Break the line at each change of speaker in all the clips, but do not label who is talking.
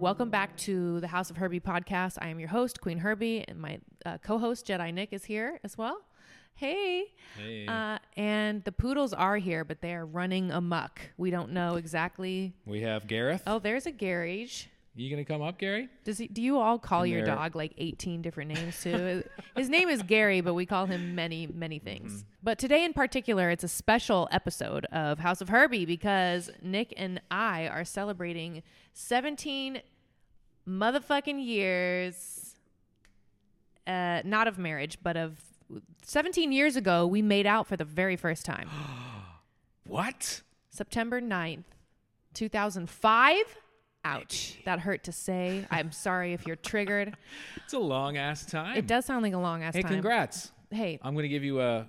Welcome back to the House of Herbie podcast. I am your host, Queen Herbie, and my uh, co host, Jedi Nick, is here as well. Hey.
Hey.
Uh, and the poodles are here, but they are running amok. We don't know exactly.
we have Gareth.
Oh, there's a garage.
You gonna come up, Gary?
Does he, do you all call
And
your
they're-
dog like 18 different names too? His name is Gary, but we call him many, many things. But today in particular, it's a special episode of House of Herbie because Nick and I are celebrating 17 motherfucking years, uh, not of marriage, but of 17 years ago, we made out for the very first time.
What?
September 9th, 2005. Ouch. That hurt to say. I'm sorry if you're triggered.
It's a long ass time.
It does sound like a long ass
Hey,
time.
congrats!
Hey,
I'm gonna give you a.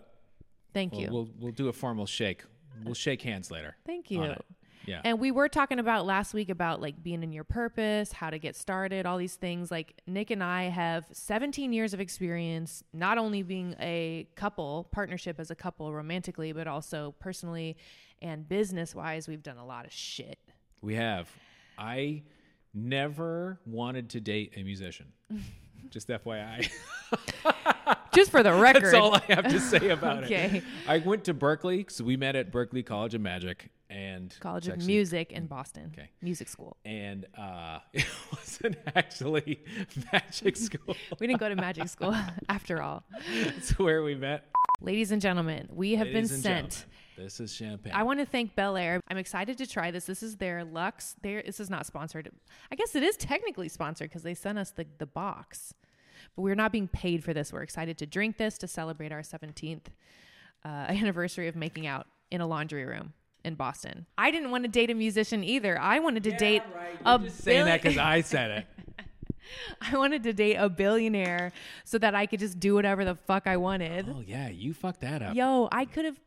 thank
Well,
you.
we'll we'll do a formal shake. We'll shake hands later.
thank
on
you.
it. Yeah.
And we were talking about last week about like being in your purpose, how to get started, all these things. Like Nick and I have 17 years of experience, not only being a couple, partnership as a couple romantically, but also personally and business wise. We've done a lot of shit.
we have. I never wanted to date a musician. Just FYI.
Just for the record.
That's all I have to say about
Okay.
it. I went to Berkeley, so we met at Berkeley College of Magic and
College
it's
of
actually-
Music in Boston.
Mm, Okay.
Music school.
And uh, it wasn't actually magic school.
We didn't go to magic school after all.
That's where we met.
Ladies and gentlemen, we have
Ladies
been
and
sent.
gentlemen, This is champagne.
I want to thank Bel Air. I'm excited to try this. This is their Lux. Their, this is not sponsored. I guess it is technically sponsored because they sent us the, the box. But we're not being paid for this. We're excited to drink this to celebrate our 17th uh, anniversary of making out in a laundry room in Boston. I didn't want to date a musician either. I wanted to date a
I'm just saying that
billi-
because I said it.
I wanted to date a billionaire so that I could just do whatever the fuck I wanted.
Oh yeah, you fucked that up.
Yo, I could have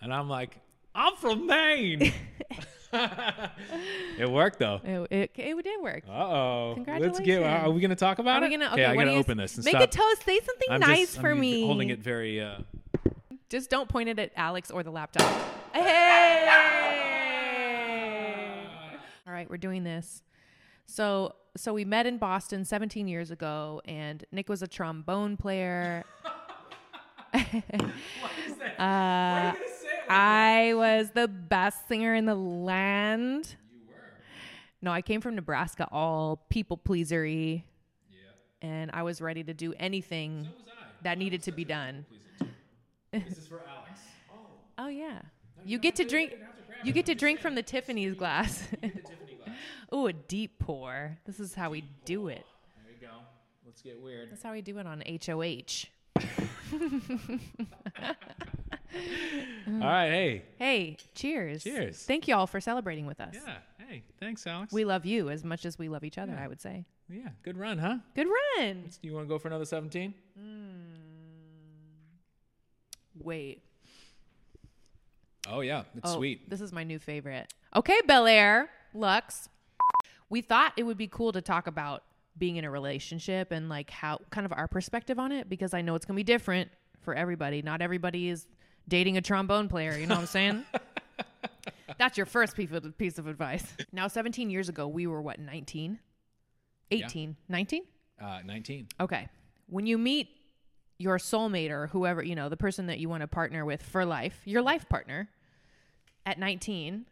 And I'm like, I'm from Maine. it worked though.
it, it, it did work.
Uh oh. Let's
Congratulations.
get. Are we gonna talk about
Are
it?
we gonna? Okay,
okay, I
what do
gotta
you-
open this and
make
stop.
a toast. Say something
I'm
nice
just,
for
I'm
me.
Holding it very. Uh,
Just don't point it at Alex or the laptop. Hey! All right, we're doing this. So, so we met in Boston 17 years ago, and Nick was a trombone player. Uh, I was the best singer in the land. You were. No, I came from Nebraska, all people pleasery. Yeah. And I was ready to do anything that needed to be done.
this is for Alex.
Oh yeah. You get to drink. You get to drink from the Tiffany's glass. Ooh, a deep pour. This is how we do it.
There you go. Let's get weird.
That's how we do it on HOH.
All right. Hey.
Hey, cheers.
Cheers.
Thank you all for celebrating with us.
Yeah. Hey. Thanks, Alex.
We love you as much as we love each other, I would say.
yeah. Good run, huh?
Good run.
You want to go for another 17?
Wait.
Oh yeah, it's
Oh,
sweet.
This is my new favorite. Okay, Bel Air, Lux. We thought it would be cool to talk about being in a relationship and like how kind of our perspective on it because I know it's going to be different for everybody. Not everybody is dating a trombone player, you know what I'm saying? That's your first piece of, piece of advice. Now, 17 years ago, we were what, 19? 18, 19?
Uh, 19.
Okay. When you meet your soulmate or whoever, you know, the person that you want to partner with for life, your life partner at 19,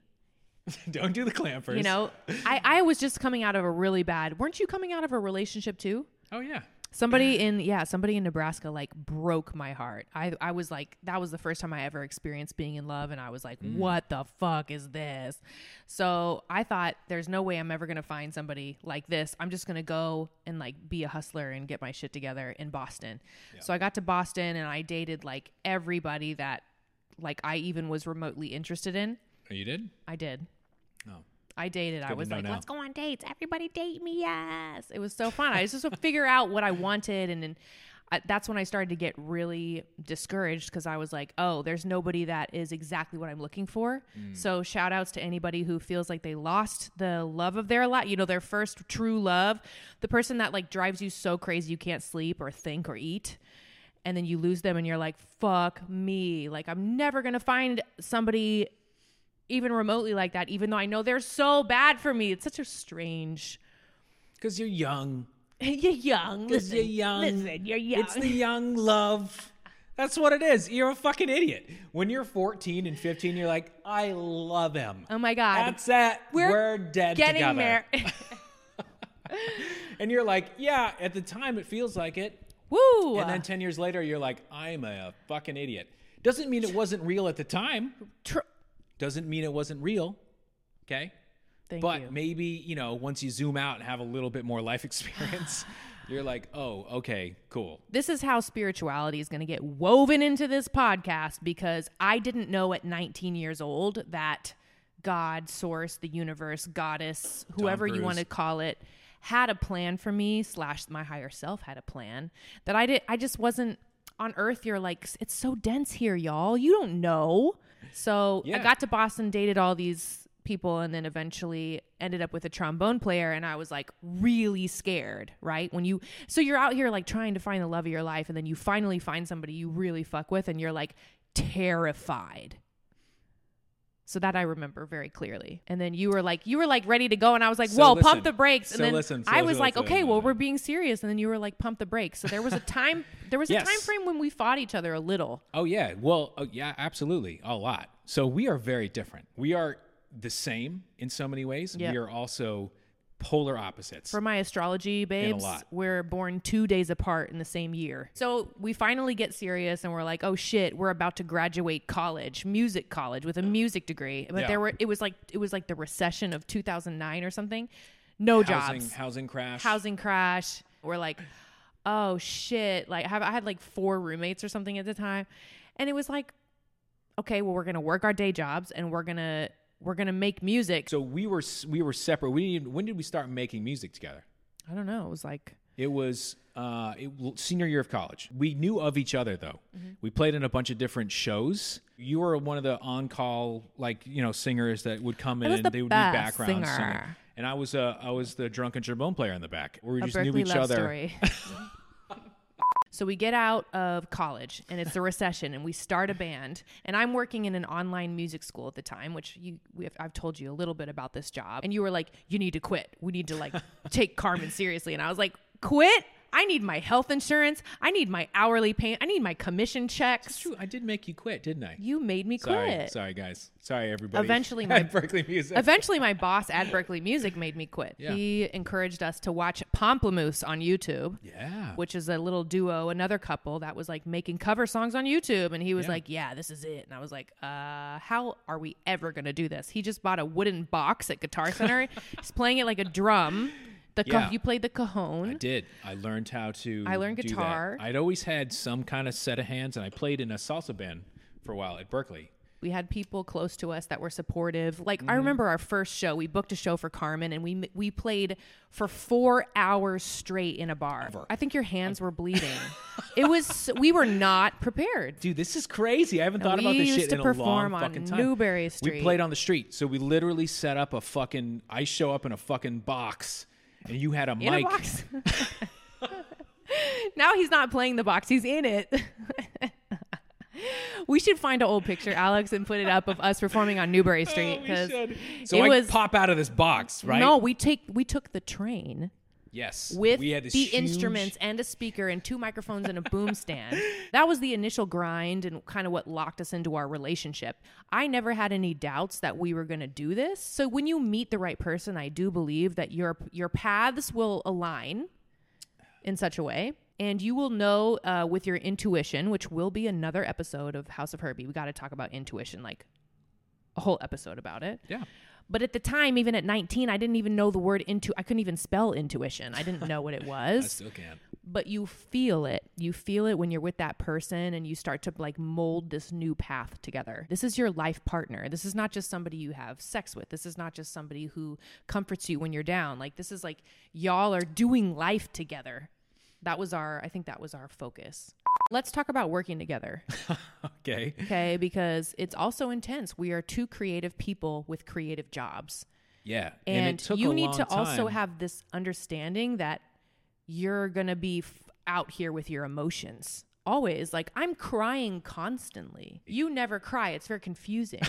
Don't do the clampers.
you know, I, I was just coming out of a really bad, weren't you coming out of a relationship too?
Oh yeah.
Somebody in, yeah, somebody in Nebraska like broke my heart. I, I was like, that was the first time I ever experienced being in love. And I was like, what the fuck is this? So I thought, there's no way I'm ever going to find somebody like this. I'm just going to go and like be a hustler and get my shit together in Boston. So I got to Boston and I dated like everybody that like I even was remotely interested in.
Oh, you did?
I did.
No.
I dated. I
Oh. to
was
know
like,
now.
let's go on dates. Everybody date me. Yes. It was so fun. I just would figure out what I wanted. And then I, that's when I started to get really discouraged because I was like, oh, there's nobody that is exactly what I'm looking for.
Mm.
So shout outs to anybody who feels like they lost the love of their life, you know, their first true love, the person that like drives you so crazy you can't sleep or think or eat and then you lose them and you're like fuck me like i'm never going to find somebody even remotely like that, even though I know they're so bad for me. It's such a strange.
Because you're young.
you're young.
Because
Listen,
you're young.
Listen, you're young.
It's the young love. That's what it is. You're a fucking idiot. When you're 14 and 15, you're like, I love him.
oh my god.
That's it. We're,
We're
dead
Getting
together.
there.
And you're like, yeah, at the time it feels like it.
Woo.
And then 10 years later, you're like, I'm a fucking idiot. Doesn't mean it wasn't real at the time.
Tr-
Doesn't mean it wasn't real. Okay.
Thank
but
you.
maybe, you know, once you zoom out and have a little bit more life experience, you're like, oh, okay, cool.
this is how spirituality is going to get woven into this podcast because I didn't know at 19 years old that God, source, the universe, goddess, whoever you
Cruise.
want to call it, had a plan for me, slash, my higher self had a plan that I did. I just wasn't on earth. You're like, it's so dense here, y'all. You don't know. So I
Yeah.
got to Boston, dated all these people, and then eventually ended up with a trombone player. And I was like really scared, right? When you, so you're out here like trying to find the love of your life, and then you finally find somebody you really fuck with, and you're like terrified. So that I remember very clearly. And then you were like, you were like ready to go, and I was like,
So
whoa,
listen.
pump the brakes. And
So
then
listen, so
I
listen,
was like,
listen,
okay, well,
listen.
we're being serious. And then you were like, pump the brakes. So there was a time, there was a
Yes.
time frame when we fought each other a little.
Oh yeah. Well, oh, yeah, absolutely. A lot. So we are very different. We are the same in so many ways.
Yeah.
We are also polar opposites.
For my astrology babes,
lot.
we're born two days apart in the same year. So we finally get serious and we're like, oh shit, we're about to graduate college, music college with a music degree. But
Yeah.
there were it was like it was like the recession of two thousand nine or something. No
housing
jobs.
housing crash.
housing crash. We're like, oh shit! Like, I have I had like four roommates or something at the time, and it was like, okay, well, we're gonna work our day jobs and we're gonna we're gonna make music.
So we were s- we were separate. We didn't, even- when did we start making music together?
I don't know. It was like,
It was uh, it, well, senior year of college. We knew of each other though.
Mm-hmm.
We played in a bunch of different shows. You were one of the on-call like you know singers that would come in
was
and
the
they would
best
need background
singer.
singing. And I was uh, I was the drunken trombone player in the back. Where we
a
just knew
Berkeley
each
love
other.
story. so we get out of college and it's the recession and we start a band and I'm working in an online music school at the time, which you we have, I've told you a little bit about this job and you were like, you need to quit. We need to like take Carmen seriously and I was like, quit. I need my health insurance. I need my hourly pay. I need my commission checks.
True, I did make you quit, didn't I?
You made me
Sorry,
quit.
sorry guys. Sorry everybody.
Eventually my-
my Berkeley music.
Eventually, my boss at Berkeley Music made me quit.
Yeah.
He encouraged us to watch Pomplamoose on YouTube.
yeah.
which is a little duo, another couple that was like making cover songs on YouTube. And he was
Yeah.
like, Yeah, this is it. And I was like, uh, How are we ever going to do this? He just bought a wooden box at Guitar Center. He's playing it like a drum. The ca-
Yeah.
You played the
I
cajon.
did. I learned how to.
I learned
do that.
guitar.
I'd always had some kind of set of hands, and I played in a salsa band for a while at Berkeley.
We had people close to us that were supportive. Like,
Mm-hmm.
I remember our first show, we booked a show for Carmen and we, we played for four hours straight in a bar. I think your hands were bleeding. it was, we were not prepared.
Dude, this is crazy. I haven't thought
we
about this
used
shit
to
in
perform
a long
on
fucking time.
Newberry Street.
We played on the street, so we literally set up a fucking. I show up in a fucking box, and you had a
in
mic.
a box. now he's not playing the box; he's in it. we should find an old picture, Alex, and put it up of us performing on Newberry Street
Oh, we
because
should. So
it
I
was
pop out of this box, right?
no. We take we took the train
Yes.
with
we had
the
this huge-
instruments and a speaker and two microphones and a boom stand. That was the initial grind and kind of what locked us into our relationship. I never had any doubts that we were going to do this. So when you meet the right person, I do believe that your your paths will align in such a way. And you will know uh, with your intuition, which will be another episode of House of Herbie. We got to talk about intuition, like a whole episode about it.
Yeah.
But at the time, even at 19, I didn't even know the word into. I couldn't even spell intuition. I didn't know what it
I
was.
still can.
but you feel it. You feel it when you're with that person and you start to like mold this new path together. This is your life partner. This is not just somebody you have sex with. This is not just somebody who comforts you when you're down. Like this is like y'all are doing life together. That was our I think that was our focus. Let's talk about working together.
Okay.
Okay, because it's also intense. We are two creative people with creative jobs
Yeah.
and,
it took
you
a
need
long
to also
time.
have this understanding that you're gonna be f- out here with your emotions always like i'm crying constantly you never cry it's very confusing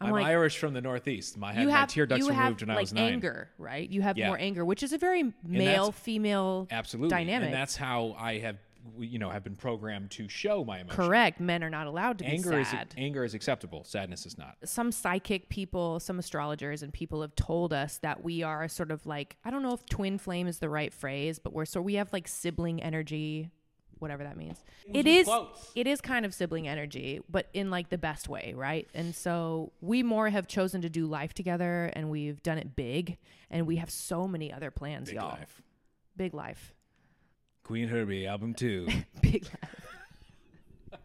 I'm
I'm,
like-
Irish from the Northeast. My,
you
my
have
tear ducts
you
were
have
removed when
like
I was nine.
anger, right? You have
Yeah.
more anger, which is a very
that's-
male female
Absolutely.
dynamic.
And that's how I have, you know, have been programmed to show my emotions.
correct. Men are not allowed to
Anger
be
is,
sad.
anger is acceptable. Sadness is not.
some psychic people, some astrologers and people have told us that we are a sort of like I don't know if twin flame is the right phrase, but we're so we have like sibling energy, whatever that means. It is
close.
it is kind of sibling energy, but in like the best way, right? And so we more have chosen to do life together and we've done it big and we have so many other plans,
Big
y'all.
life.
Big life.
Queen Herbie, album two.
Big laugh.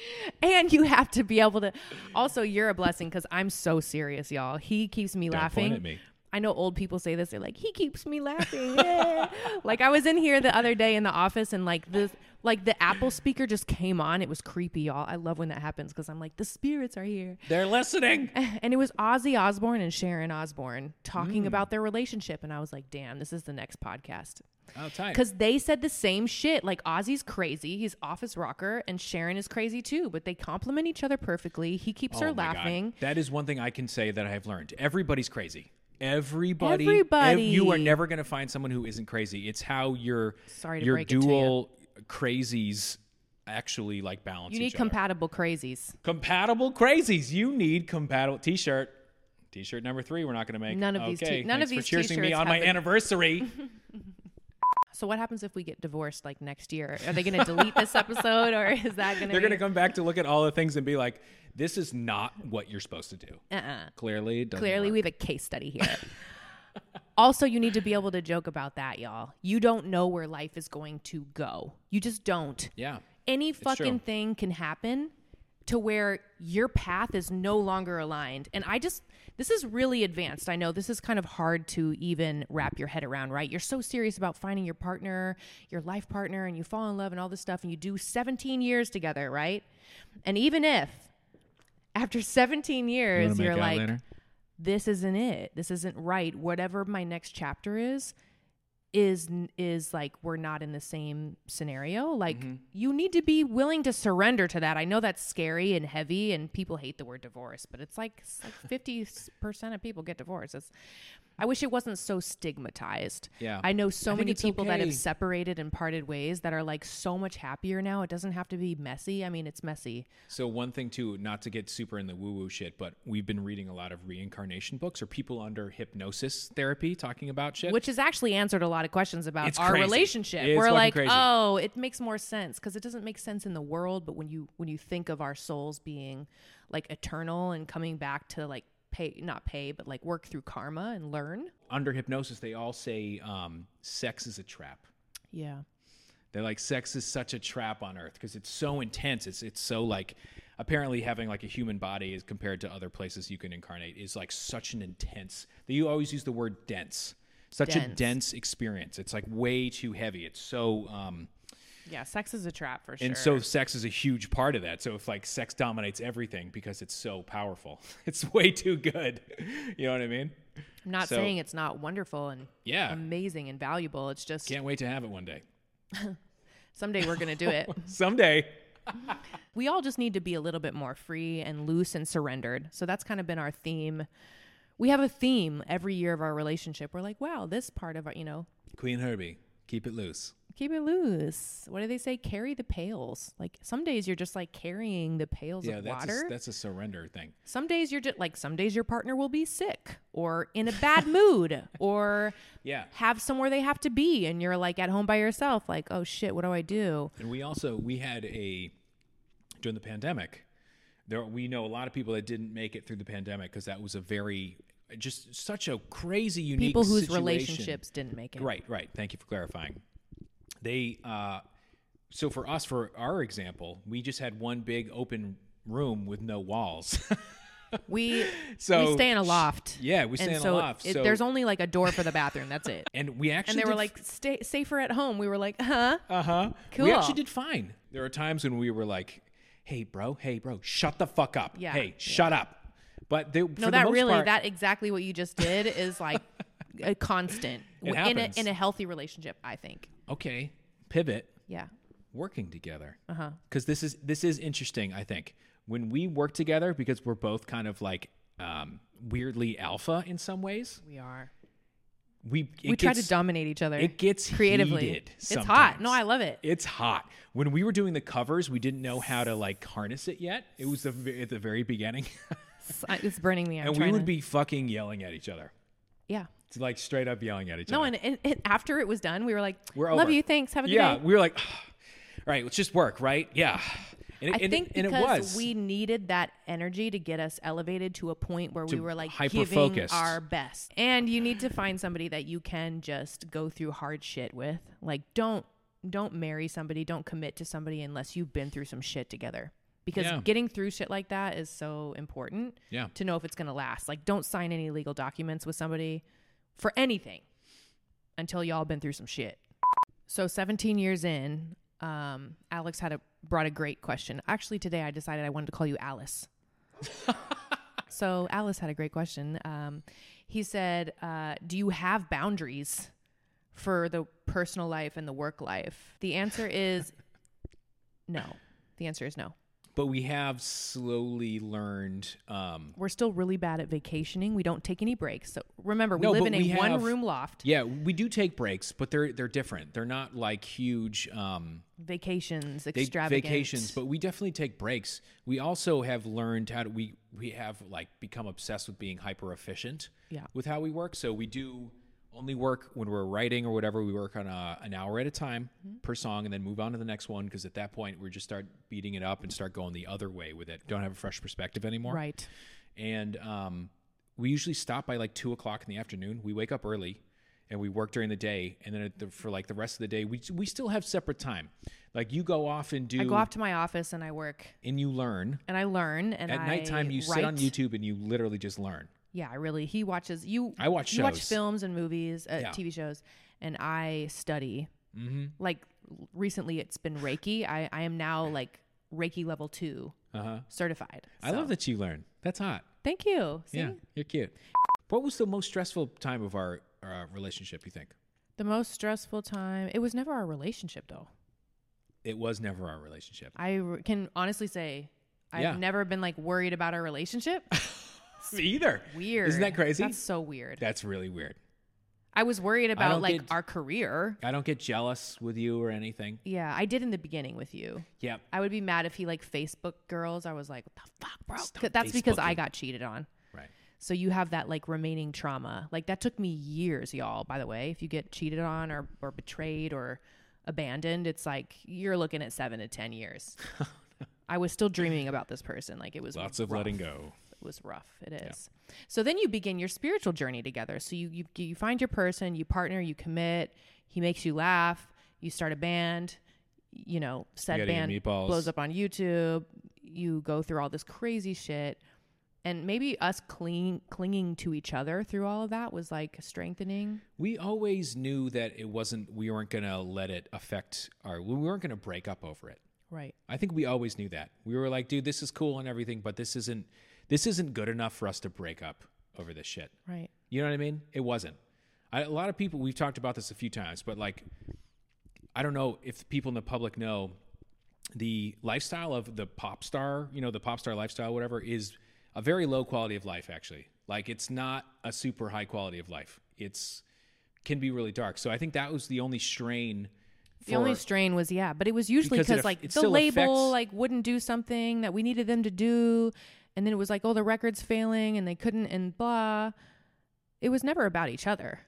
and you have to be able to. Also, you're a blessing because I'm so serious, y'all. He keeps me
point
laughing.
at me.
I know old people say this. They're like, he keeps me laughing. yeah." like I was in here the other day in the office, and like the like the Apple speaker just came on. It was creepy, y'all. I love when that happens because I'm like, the spirits are here.
They're listening.
And it was Ozzy Osbourne and Sharon Osbourne talking
Mm.
about their relationship, and I was like, damn, this is the next podcast
Oh, tight.
because they said the same shit. Like Ozzy's crazy, he's office rocker, and Sharon is crazy too. But they complement each other perfectly. He keeps her
Oh my God.
laughing.
That is one thing I can say that I have learned. Everybody's crazy. Everybody,
Everybody.
you are never going to find someone who isn't crazy. It's how your
Sorry to
your
break it to
dual crazies actually like balance.
You need
each other.
compatible crazies.
compatible crazies. You need compatible t-shirt. T-shirt number three. We're not going to make
None of these
Okay,
t- none of
thanks
these
for cheersing me
t-shirts
on my
happen.
anniversary.
So what happens if we get divorced like next year? Are they going to delete this episode, or is that going to?
They're going to come back to look at all the things and be like, "This is not what you're supposed to do."
Uh-uh.
Clearly, it doesn't
Clearly, we
work.
have a case study here. also, you need to be able to joke about that, y'all. You don't know where life is going to go. You just don't.
yeah.
any fucking
true.
thing can happen to where your path is no longer aligned. And I just, this is really advanced. I know this is kind of hard to even wrap your head around, right? You're so serious about finding your partner, your life partner, and you fall in love and all this stuff, and you do 17 years together, right? And even if after 17 years, you're like, this isn't it this isn't right whatever my next chapter is is is like we're not in the same scenario like
Mm-hmm.
you need to be willing to surrender to that i know that's scary and heavy and people hate the word divorce but it's like, it's like 50% of people get divorced it's, i wish it wasn't so stigmatized
Yeah.
i know so
I think
many
it's
people that
okay.
have separated and parted ways that are like so much happier now it doesn't have to be messy i mean it's messy
So one thing too, not to get super in the woo-woo shit, but we've been reading a lot of reincarnation books or people under hypnosis therapy talking about shit.
which has actually answered a lot of questions about
It's
our
crazy.
relationship.
It's
We're
fucking
like,
crazy.
oh, it makes more sense because it doesn't make sense in the world, but when you when you think of our souls being like eternal and coming back to like pay not pay but like work through karma and learn.
under hypnosis, they all say um, sex is a trap.
Yeah.
They're like, sex is such a trap on Earth because it's so intense. It's it's so like, apparently having like a human body as compared to other places you can incarnate is like such an intense. They you always use the word dense. Such a
Dense.
dense experience. It's like way too heavy. It's so. Um,
Yeah, sex is a trap for sure.
And so sex is a huge part of that. So if like sex dominates everything because it's so powerful, it's way too good. You know what I mean?
I'm not
so-
saying it's not wonderful and
Yeah.
amazing and valuable. It's just
Can't wait to have it one day.
someday we're gonna do it.
Someday.
we all just need to be a little bit more free and loose and surrendered. So that's kind of been our theme. We have a theme every year of our relationship. We're like, wow, this part of our, you know,
Queen Herbie, keep it loose.
keep it loose. What do they say? Carry the pails. Like some days you're just like carrying the pails
Yeah,
of
that's
water.
a, that's a surrender thing.
some days you're just like, some days your partner will be sick or in a bad mood or
Yeah.
have somewhere they have to be. And you're like at home by yourself, like, oh shit, what do I do?
And we also we had a during the pandemic. There we know a lot of people that didn't make it through the pandemic because that was a very just such a crazy unique
People whose
situation.
relationships didn't make it.
Right, right. Thank you for clarifying. They uh so for us for our example, we just had one big open room with no walls.
We
So-
we stay in a loft.
yeah, we stay
and
in a
so,
loft,
it-
so-
there's only like a door for the bathroom. That's it.
and we actually
And they were
did-
like, stay safer at home. We were like, huh?
uh-huh.
Cool.
We actually did fine. There are times when we were like, "Hey bro, hey bro, shut the fuck up.
Yeah.
Hey, shut up." But they, for
no,
the
that
most
really,
part,
that exactly what you just did is like a constant
It
in a
happens.
in a healthy relationship. I think.
okay, pivot,
Yeah.
working together. Uh-huh. Cuz this is this is interesting, I think. When we work together because we're both kind of like um, weirdly alpha in some ways.
We are.
We it
we try
gets-
to dominate each other.
It gets
creatively.
heated
it's hot.
sometimes.
No, I love it.
It's hot. When we were doing the covers, we didn't know how to like harness it yet. It was the, v- at the very beginning,
It's, uh, it's burning me. I'm
and we
trying
would
to-
be fucking yelling at each other.
Yeah.
It's like straight up yelling at each
No,
other.
and, and, and after it was done, we were like,
We're
"Love
over.
you. Thanks. Have a good
yeah,
day."
we were like, all right, let's just work, right? Yeah. And it,
I
and,
think
and it
because
was.
we needed that energy to get us elevated to a point where we
To
were like giving
hyper-focused.
our best. And you need to find somebody that you can just go through hard shit with. Like don't don't marry somebody, don't commit to somebody unless you've been through some shit together. Because
Yeah.
getting through shit like that is so important
Yeah.
to know if it's going to last. Like don't sign any legal documents with somebody for anything until y'all been through some shit. So 17 years in, um, Alex had a brought a great question. Actually, today I decided I wanted to call you Alice. so Alice had a great question. Um, he said, uh, "Do you have boundaries for the personal life and the work life?" The answer is no. The answer is no.
But we have slowly learned. Um,
We're still really bad at vacationing. We don't take any breaks. So remember, we
No,
live
but
in
we
a
have-
one-room loft.
yeah, we do take breaks, but they're they're different. They're not like huge. Um,
Vacations,
they-
extravagant
vacations, but we definitely take breaks. We also have learned how to we we have like become obsessed with being hyper efficient.
Yeah.
With how we work, so we do only work when we're writing or whatever. We work on a, an hour at a time
Mm-hmm.
per song, and then move on to the next one because at that point we just start beating it up and start going the other way with it. Don't have a fresh perspective anymore.
right.
And um, we usually stop by like two o'clock in the afternoon. We wake up early and we work during the day, and then at the, for like the rest of the day, we we still have separate time. Like you go off and do
I go off to my office and I work
and you learn.
and I learn. And
At
I
nighttime, you sit on
write.
YouTube and you literally just learn.
Yeah, I really. He watches you.
I watch
you watch
shows.
films and movies, uh,
Yeah.
TV shows, and I study. Mm-hmm. Like recently, it's been Reiki. I I am now like Reiki level 2 certified.
Uh-huh. I love that you learn. That's hot.
Thank you. See?
Yeah, you're cute. What was the most stressful time of our uh, relationship? You think
The most stressful time. It was never our relationship though.
it was never our relationship.
I r- can honestly say. I've
Yeah.
never been like worried about our relationship.
Me either.
Weird.
Isn't that crazy?
That's so weird.
That's really weird.
I was worried about
don't
like
get-
our career.
I don't get jealous with you or anything.
Yeah, I did in the beginning with you.
Yep.
I would be mad if he like Facebook girls. I was like, what the fuck, bro? 'Cause
Stop
That's because I
Facebooking.
got cheated on.
Right.
So you have that like remaining trauma. Like that took me years, y'all, by the way. If you get cheated on or, or betrayed or abandoned, it's like you're looking at seven to 10 years.
Oh,
I was still dreaming about this person. Like it was
Lots of
rough.
letting go.
It was rough. It is. So then you begin your spiritual journey together. So you, you you find your person, you partner, you commit. He makes you laugh. You start a band. You know, said
Spaghetti
band
and meatballs.
blows up on YouTube. You go through all this crazy shit, and maybe us cling, clinging to each other through all of that was like strengthening.
We always knew that it wasn't. We weren't gonna let it affect our. We weren't gonna break up over it.
Right.
I think we always knew that. We were like, dude, this is cool and everything, but this isn't this isn't good enough for us to break up over this shit.
Right.
You know what I mean? It wasn't. I, a lot of people we've talked about this a few times, but like I don't know if people in the public know the lifestyle of the pop star, you know, the pop star lifestyle whatever is a very low quality of life actually. Like it's not a super high quality of life. It's can be really dark. So I think that was the only strain for
The only strain was yeah, but it was usually
Because it
because
aff-
like
it
the
still
label
affects-
like wouldn't do something that we needed them to do, and then it was like oh the record's failing and they couldn't and blah. It was never about each other.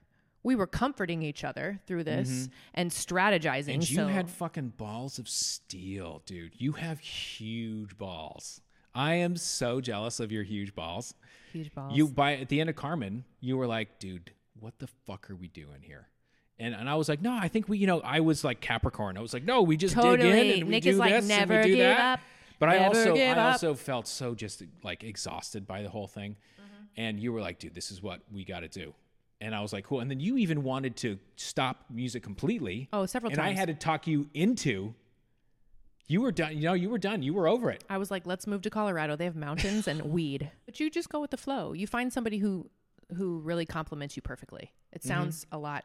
We were comforting each other through this and strategizing.
Mm-hmm. And you
so
had fucking balls of steel, dude. You have huge balls. I am so jealous of your huge balls.
huge balls.
You by at the end of Carmen, you were like, dude, what the fuck are we doing here? And and I was like, no, I think we, you know, I was like Capricorn. I was like, no, we just dig
Totally.
in and we
Nick
do
is like,
this
"Never
and we do
give
that.
up.
But I
Never
also
give
I
up."
also felt so just like exhausted by the whole thing.
Mm-hmm.
And you were like, dude, this is what we got to do. And I was like, cool. And then you even wanted to stop music completely.
Oh, several
and
times.
I had to talk you into. You were done. You know, you were done. You were over it.
I was like, let's move to Colorado. They have mountains and weed. But you just go with the flow. You find somebody who who really compliments you perfectly. It
Mm-hmm.
sounds a lot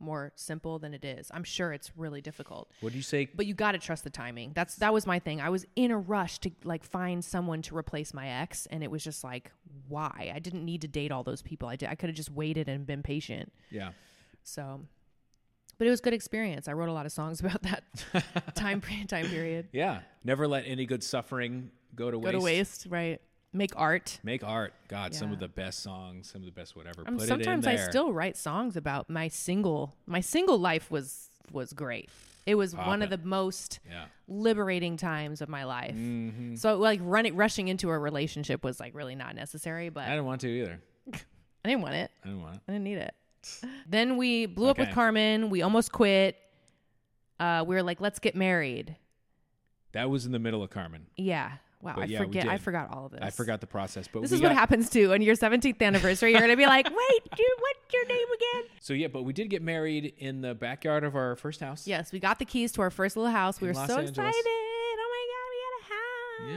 more simple than it is. I'm sure it's really difficult.
What do you say?
but you got to trust the timing. That's that was my thing. I was in a rush to like find someone to replace my ex, and it was just like, why. I didn't need to date all those people. I did. I could have just waited and been patient.
Yeah.
So, but it was a good experience. I wrote a lot of songs about that time time period.
Yeah. Never let any good suffering go to
Go to waste, right? Make art.
Make art. God, some of
Yeah.
the best songs, some of the best whatever.
Um,
Put
sometimes
it in
I
there.
still write songs about my single. My single life was was great. It was one of
Poppin'.
the most
Yeah.
liberating times of my life.
Mm-hmm.
So like running rushing into a relationship was like really not necessary, but
I didn't want to either.
I didn't want it.
I didn't want it.
I didn't need it. Then we blew up with
Okay.
Carmen. We almost quit. Uh, we were like, let's get married.
That was in the middle of Carmen.
Yeah. Wow.
But
I
yeah, we
forget. I
did.
forgot all of this.
I forgot the process, but
This
we
is
got,
what happens to on your 17th anniversary. You're gonna be like, wait, dude, what's your name again?
So yeah, but we did get married in the backyard of our first house.
Yes, we got the keys to our first little house. We
In
were
Los
so
Angeles.
excited. Oh my God, we had a house.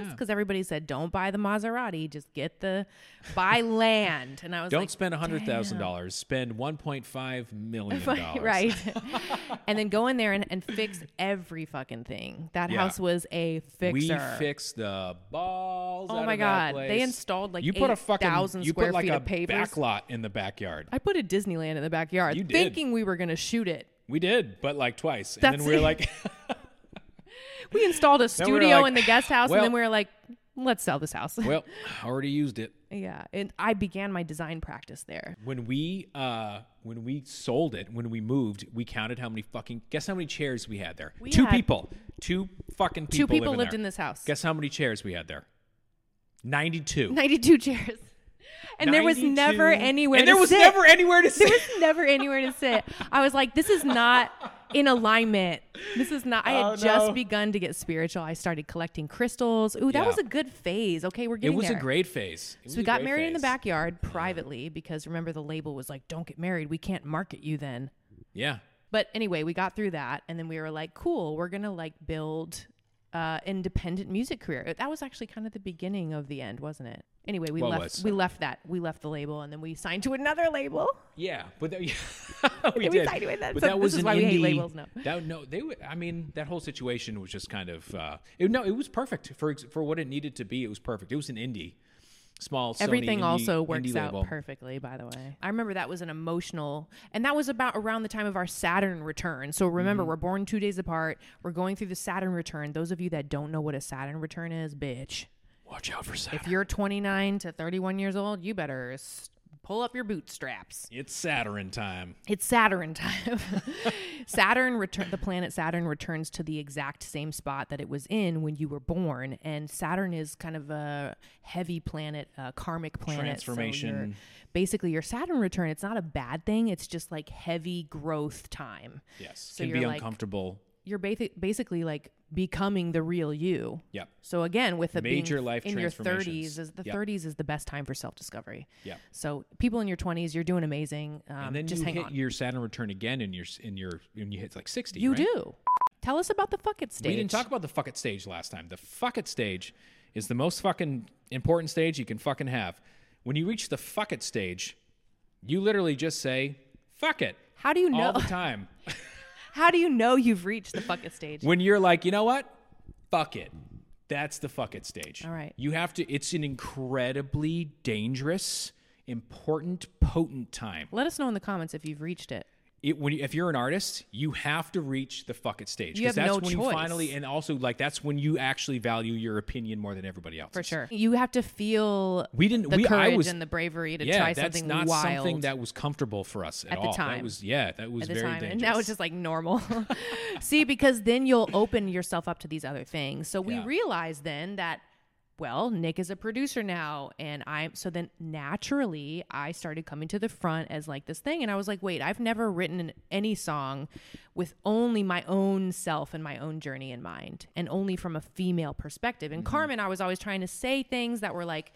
Yeah.
Because everybody said, don't buy the Maserati, just get the, buy land. And I was
Don't
like,
spend hundred thousand
"Damn."
dollars. Spend one point five million dollars.
right. and then go in there and, and fix every fucking thing. That
Yeah.
house was a fixer.
We fixed the balls.
Oh
out
my
of that
God. They
place.
installed, like,
you put a fucking
8,000
you
square
put like
feet
a
of pavers.
back lot in the backyard.
I put a Disneyland in the backyard
You did.
thinking we were going to shoot it.
We did, but like twice, and
That's
then we were
it.
like,
We installed a
Then we were
studio
like,
in the guest house
well-
and then we were like, let's sell this house.
well, I already used it.
yeah. And I began my design practice there.
When we uh when we sold it, when we moved, we counted how many fucking guess how many chairs we had there.
We
Two
had-
people. Two fucking
Two
people.
people
living
lived
there.
in this house.
Guess how many chairs we had there? Ninety-two.
92 chairs. And there was
92.
never anywhere
And
to
there was
sit.
never anywhere to sit.
there was never anywhere to sit. I was like, this is not in alignment. This is not. I had
Oh, no.
just begun to get spiritual. I started collecting crystals. Ooh, that
Yeah.
was a good phase. Okay, we're
It
getting
was
there.
a great phase. It was
so we
a
got
great
married in the
phase.
backyard privately because remember the label was like, "Don't get married. We can't market you then."
Yeah.
But anyway, we got through that, and then we were like, "Cool, we're gonna like build." Uh, independent music career. That was actually kind of the beginning of the end, wasn't it? Anyway, we
What
left.
was?
We left that. We left the label, and then we signed to another label.
Yeah, but that, we
we
did.
side with that?
But
So
that
this
was
is
an
why we hate
indie-
labels now.
That no, they. were- I mean, that whole situation was just kind of. Uh, it, no, it was perfect for ex- for what it needed to be. It was perfect. It was an indie, small. Sony
Everything
indie-
also works
indie
out
label.
perfectly, by the way. I remember that was an emotional, and that was about around the time of our Saturn return. So remember,
Mm-hmm.
we're born two days apart. We're going through the Saturn return. Those of you that don't know what a Saturn return is, bitch,
Watch out for Saturn.
if you're 29 to 31 years old, you better s- pull up your bootstraps.
it's Saturn time.
It's Saturn time. Saturn return the planet Saturn returns to the exact same spot that it was in when you were born and Saturn is kind of a heavy planet, a karmic planet. so you're-
Transformation.
basically your Saturn return, it's not a bad thing, it's just like heavy growth time.
Yes,
So
can
you're
be
like-
uncomfortable.
You're basi- basically like becoming the real you.
Yep.
So again, with the being
Major life
in your 30s,
transformations.
is the
Yep.
30s is the best time for self-discovery.
Yep.
So people in your 20s, you're doing amazing. Um,
And then
just
you
hang
hit
on.
your Saturn return again in your s- in your when you hit like sixty.
You
right?
do. Tell us about the fuck it stage.
We didn't talk about the fuck it stage last time. The fuck it stage is the most fucking important stage you can fucking have. When you reach the fuck it stage, you literally just say fuck it
How do you
all
know?
the time.
How do you know you've reached the fuck it stage?
when you're like, you know what? Fuck it. That's the fuck it stage.
All right.
You have to, it's an incredibly dangerous, important, potent time.
Let us know in the comments if you've reached it.
it when you, if you're an artist, you have to reach the fuck it stage
You have
that's
no
when you
choice.
finally and also like that's when you actually value your opinion more than everybody else
For sure. You have to feel
We didn't-
the
we- I
courage
was-
and the bravery to
Yeah,
try
that's
something
not
wild
something that was comfortable for us at,
At the
all. That
time.
was yeah, that was
at the
very
time.
dangerous.
And now it's just like normal. See, because then you'll open yourself up to these other things. So we
Yeah.
realized then that well, Nick is a producer now and I'm so then naturally I started coming to the front as like this thing and I was like, "Wait, I've never written an- any song with only my own self and my own journey in mind and only from a female perspective."
Mm-hmm.
And Carmen, I was always trying to say things that were like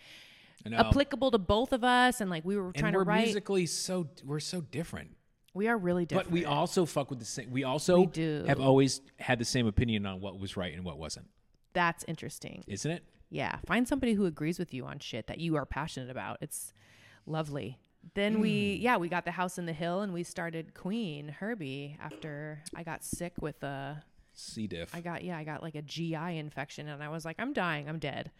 I know.
applicable to both of us and like we were
um, and
trying
we're
to write
musically so we're so different.
we are really different.
But we also fuck with the same. We also
We do.
have always had the same opinion on what was right and what wasn't,
That's interesting.
isn't it?
Yeah, find somebody who agrees with you on shit that you are passionate about. It's lovely. Then we,
Hmm.
yeah, we got the house in the hill and we started Queen Herbie after I got sick with a,
C diff.
I got, yeah, I got like a GI infection and I was like, I'm dying, I'm dead.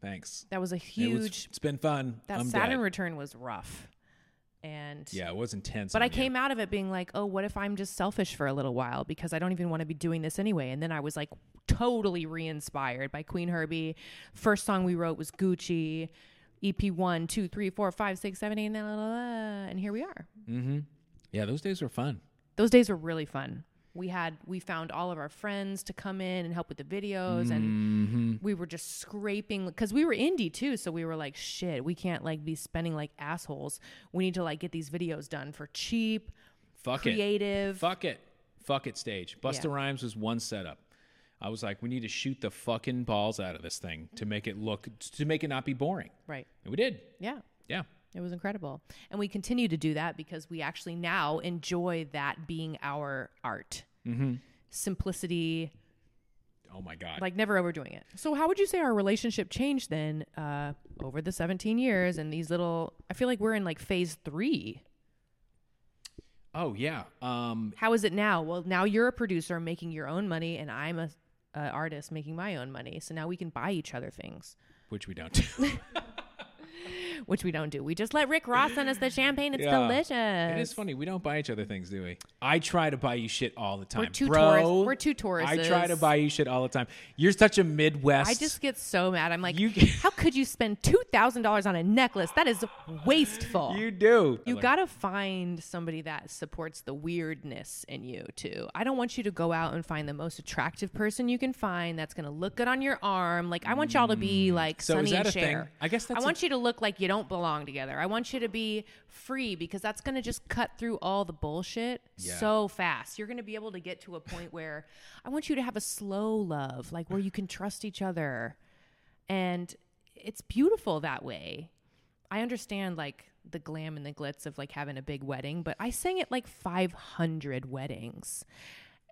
Thanks.
That was a
It
huge.
was- it's been fun.
that
I'm
Saturn
dead.
return was rough, and
yeah, it was intense.
But
on
I
you.
came out of it being like, oh, what if I'm just selfish for a little while because I don't even want to be doing this anyway? And then I was like totally re inspired by Queen Herbie. First song we wrote was Gucci, EP one, two, three, four, five, six, seven, eight, nine, la, la, la, and here we are.
Yeah, those days were fun.
Those days were really fun. We had we found all of our friends to come in and help with the videos, and we were just scraping because we were indie too. So we were like, shit, we can't like be spending like assholes. We need to like get these videos done for cheap,
Fuck it.
creative.
Fuck it. Fuck it stage. Busta
Yeah.
Rhymes was one setup. I was like, we need to shoot the fucking balls out of this thing to make it look, to make it not be boring.
Right.
And we did.
Yeah.
Yeah.
It was incredible. And we continue to do that because we actually now enjoy that being our art. Mm-hmm. Simplicity,
Oh my God.
like never overdoing it. So, how would you say our relationship changed then uh, over the 17 years and these little? I feel like we're in like phase three.
oh, yeah. Um,
How is it now? Well, now you're a producer making your own money, and I'm a, a artist making my own money. So now we can buy each other things,
which we don't do.
which we don't do. We just let Rick Ross send us the champagne. It's
Yeah.
delicious.
It is funny. We don't buy each other things, do we? I try to buy you shit all the time.
two
bro.
Taurus- we're two
I try to
Tauruses.
buy you shit all the time. You're such a Midwest.
I just get so mad. I'm like,
You-
how could you spend two thousand dollars on a necklace? That is wasteful.
You do.
You gotta find somebody that supports the weirdness in you too. I don't want you to go out and find the most attractive person you can find that's gonna look good on your arm. Like I want y'all to be like
Mm. So
Sunny
is that
and
a thing?
Cher.
I guess that's
I
a-
want you to look like you don't belong together. I want you to be free because that's gonna just cut through all the bullshit
Yeah.
so fast. You're gonna be able to get to a point where I want you to have a slow love, like where you can trust each other and it's beautiful that way. I understand like the glam and the glitz of like having a big wedding, but I sang at like 500 weddings.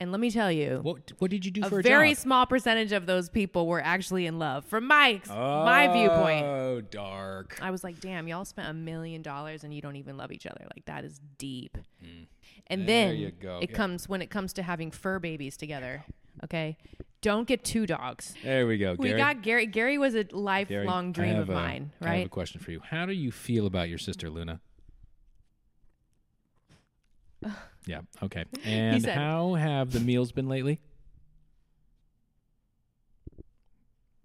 And let me tell you,
What, what did you do
a
for a
very
job?
small percentage of those people were actually in love from my ex- my viewpoint.
Oh, dark.
I was like, damn, y'all spent a million dollars and you don't even love each other. Like that is deep. And
Hmm. There
then
you go.
it
Yeah.
comes when it comes to having fur babies together. Okay. Don't get two dogs.
There we go.
We
Gary.
got Gary. Gary was a
Gary,
lifelong
I
dream
have
of
a-
mine,
I have a
right?
question for you. How do you feel about your sister Luna? yeah. Okay. And
said-
how have the meals been lately?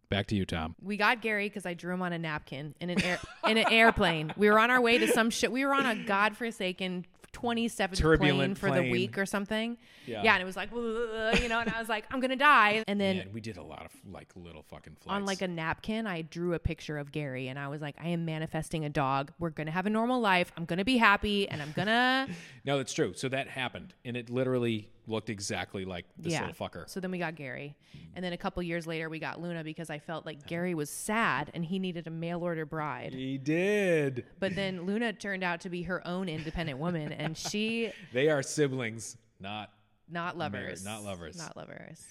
Back to you, Tom.
We got Gary because I drew him on a napkin in an air, in an airplane. We were on our way to some shit. We were on a godforsaken twenty seventh plane
Turbulent
for the
plane.
week or something.
Yeah.
and it was like, you know, and I was like, I'm gonna die. And then
Man, we did a lot of like little fucking flights.
on like a napkin, I drew a picture of Gary, and I was like, I am manifesting a dog. We're gonna have a normal life. I'm gonna be happy, and I'm gonna
no, that's true. So that happened, and it literally looked exactly like this little fucker.
So then we got Gary. And then a couple years later, we got Luna because I felt like Gary was sad and he needed a mail order bride.
He did.
But then Luna turned out to be her own independent woman and she,
They are siblings, not
not lovers.
not lovers.
Not lovers.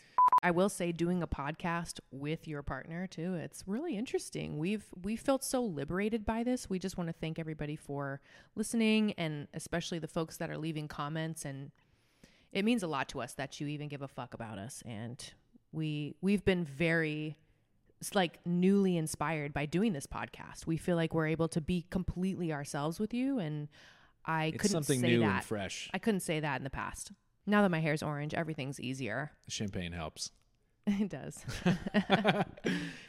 I will say doing a podcast with your partner too, it's really interesting. We've we felt so liberated by this. We just want to thank everybody for listening and especially the folks that are leaving comments and it means a lot to us that you even give a fuck about us and we we've been very it's like newly inspired by doing this podcast we feel like we're able to be completely ourselves with you and i
It's
couldn't
something
say
new
that
and fresh.
i couldn't say that in the past now that my hair's orange everything's easier
Champagne helps.
it does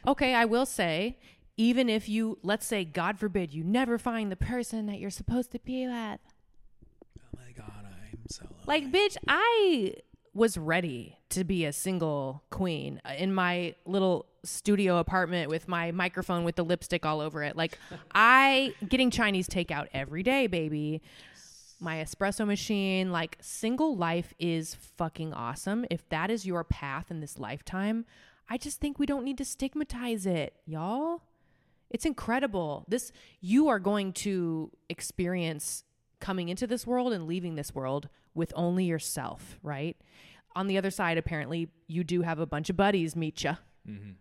okay i will say even if you let's say god forbid you never find the person that you're supposed to be with
Oh my god, I'm so lonely.
Like, bitch, I was ready to be a single queen uh, in my little studio apartment with my microphone with the lipstick all over it. Like, I getting Chinese takeout every day, baby. My espresso machine, like, single life is fucking awesome. If that is your path in this lifetime, I just think we don't need to stigmatize it, y'all. It's incredible. This you are going to experience coming into this world and leaving this world with only yourself, right? On the other side, apparently, you do have a bunch of buddies meet you,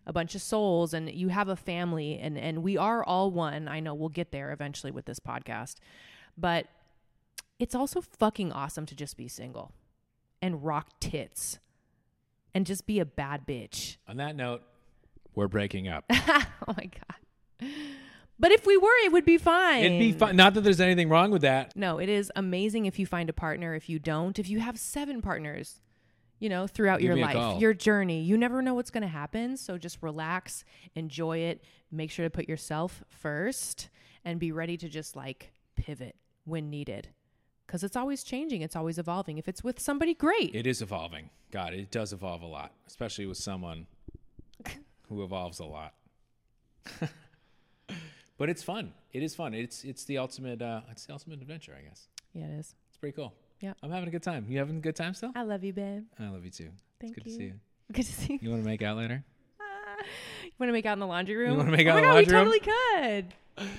a bunch of souls, and you have a family, and and we are all one. I know we'll get there eventually with this podcast, but it's also fucking awesome to just be single and rock tits and just be a bad bitch.
On that note, we're breaking up.
oh my god. But if we were, it would be fine.
It'd be fun. Not that there's anything wrong with that.
No, it is amazing if you find a partner. If you don't, if you have seven partners, you know, throughout
Give
your
me a
life,
call.
your journey, you never know what's going to happen. So just relax, enjoy it. Make sure to put yourself first and be ready to just like pivot when needed. Because it's always changing, it's always evolving. If it's with somebody, great.
It is evolving. God, it does evolve a lot, especially with someone who evolves a lot. but it's fun. It is fun. It's it's the ultimate uh, it's the ultimate adventure, I guess.
yeah, it is.
It's pretty cool.
Yeah.
I'm having a good time. You having a good time still?
I love you, babe.
I love you too.
Thank
it's good
you.
to see you.
Good to see you.
You want to make out later?
You want to make out in the laundry room?
wanna make
oh
out
my
in the
God,
laundry room?
We totally could.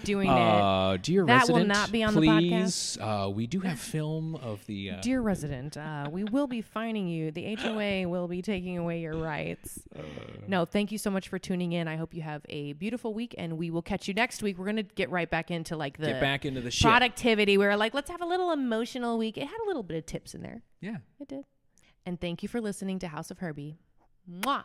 Doing it.
Uh, dear
That will
resident,
not be on the
please. The podcast. Uh, we do have film of the. Uh,
Dear resident, uh, we will be fining you. The HOA will be taking away your rights.
Uh.
No, thank you so much for tuning in. I hope you have a beautiful week, and we will catch you next week. We're gonna get right back into like the
get back into the shit.
productivity. We were like, let's have a little emotional week. It had a little bit of tips in there.
Yeah.
It did. And thank you for listening to House of Herbie. Mwah.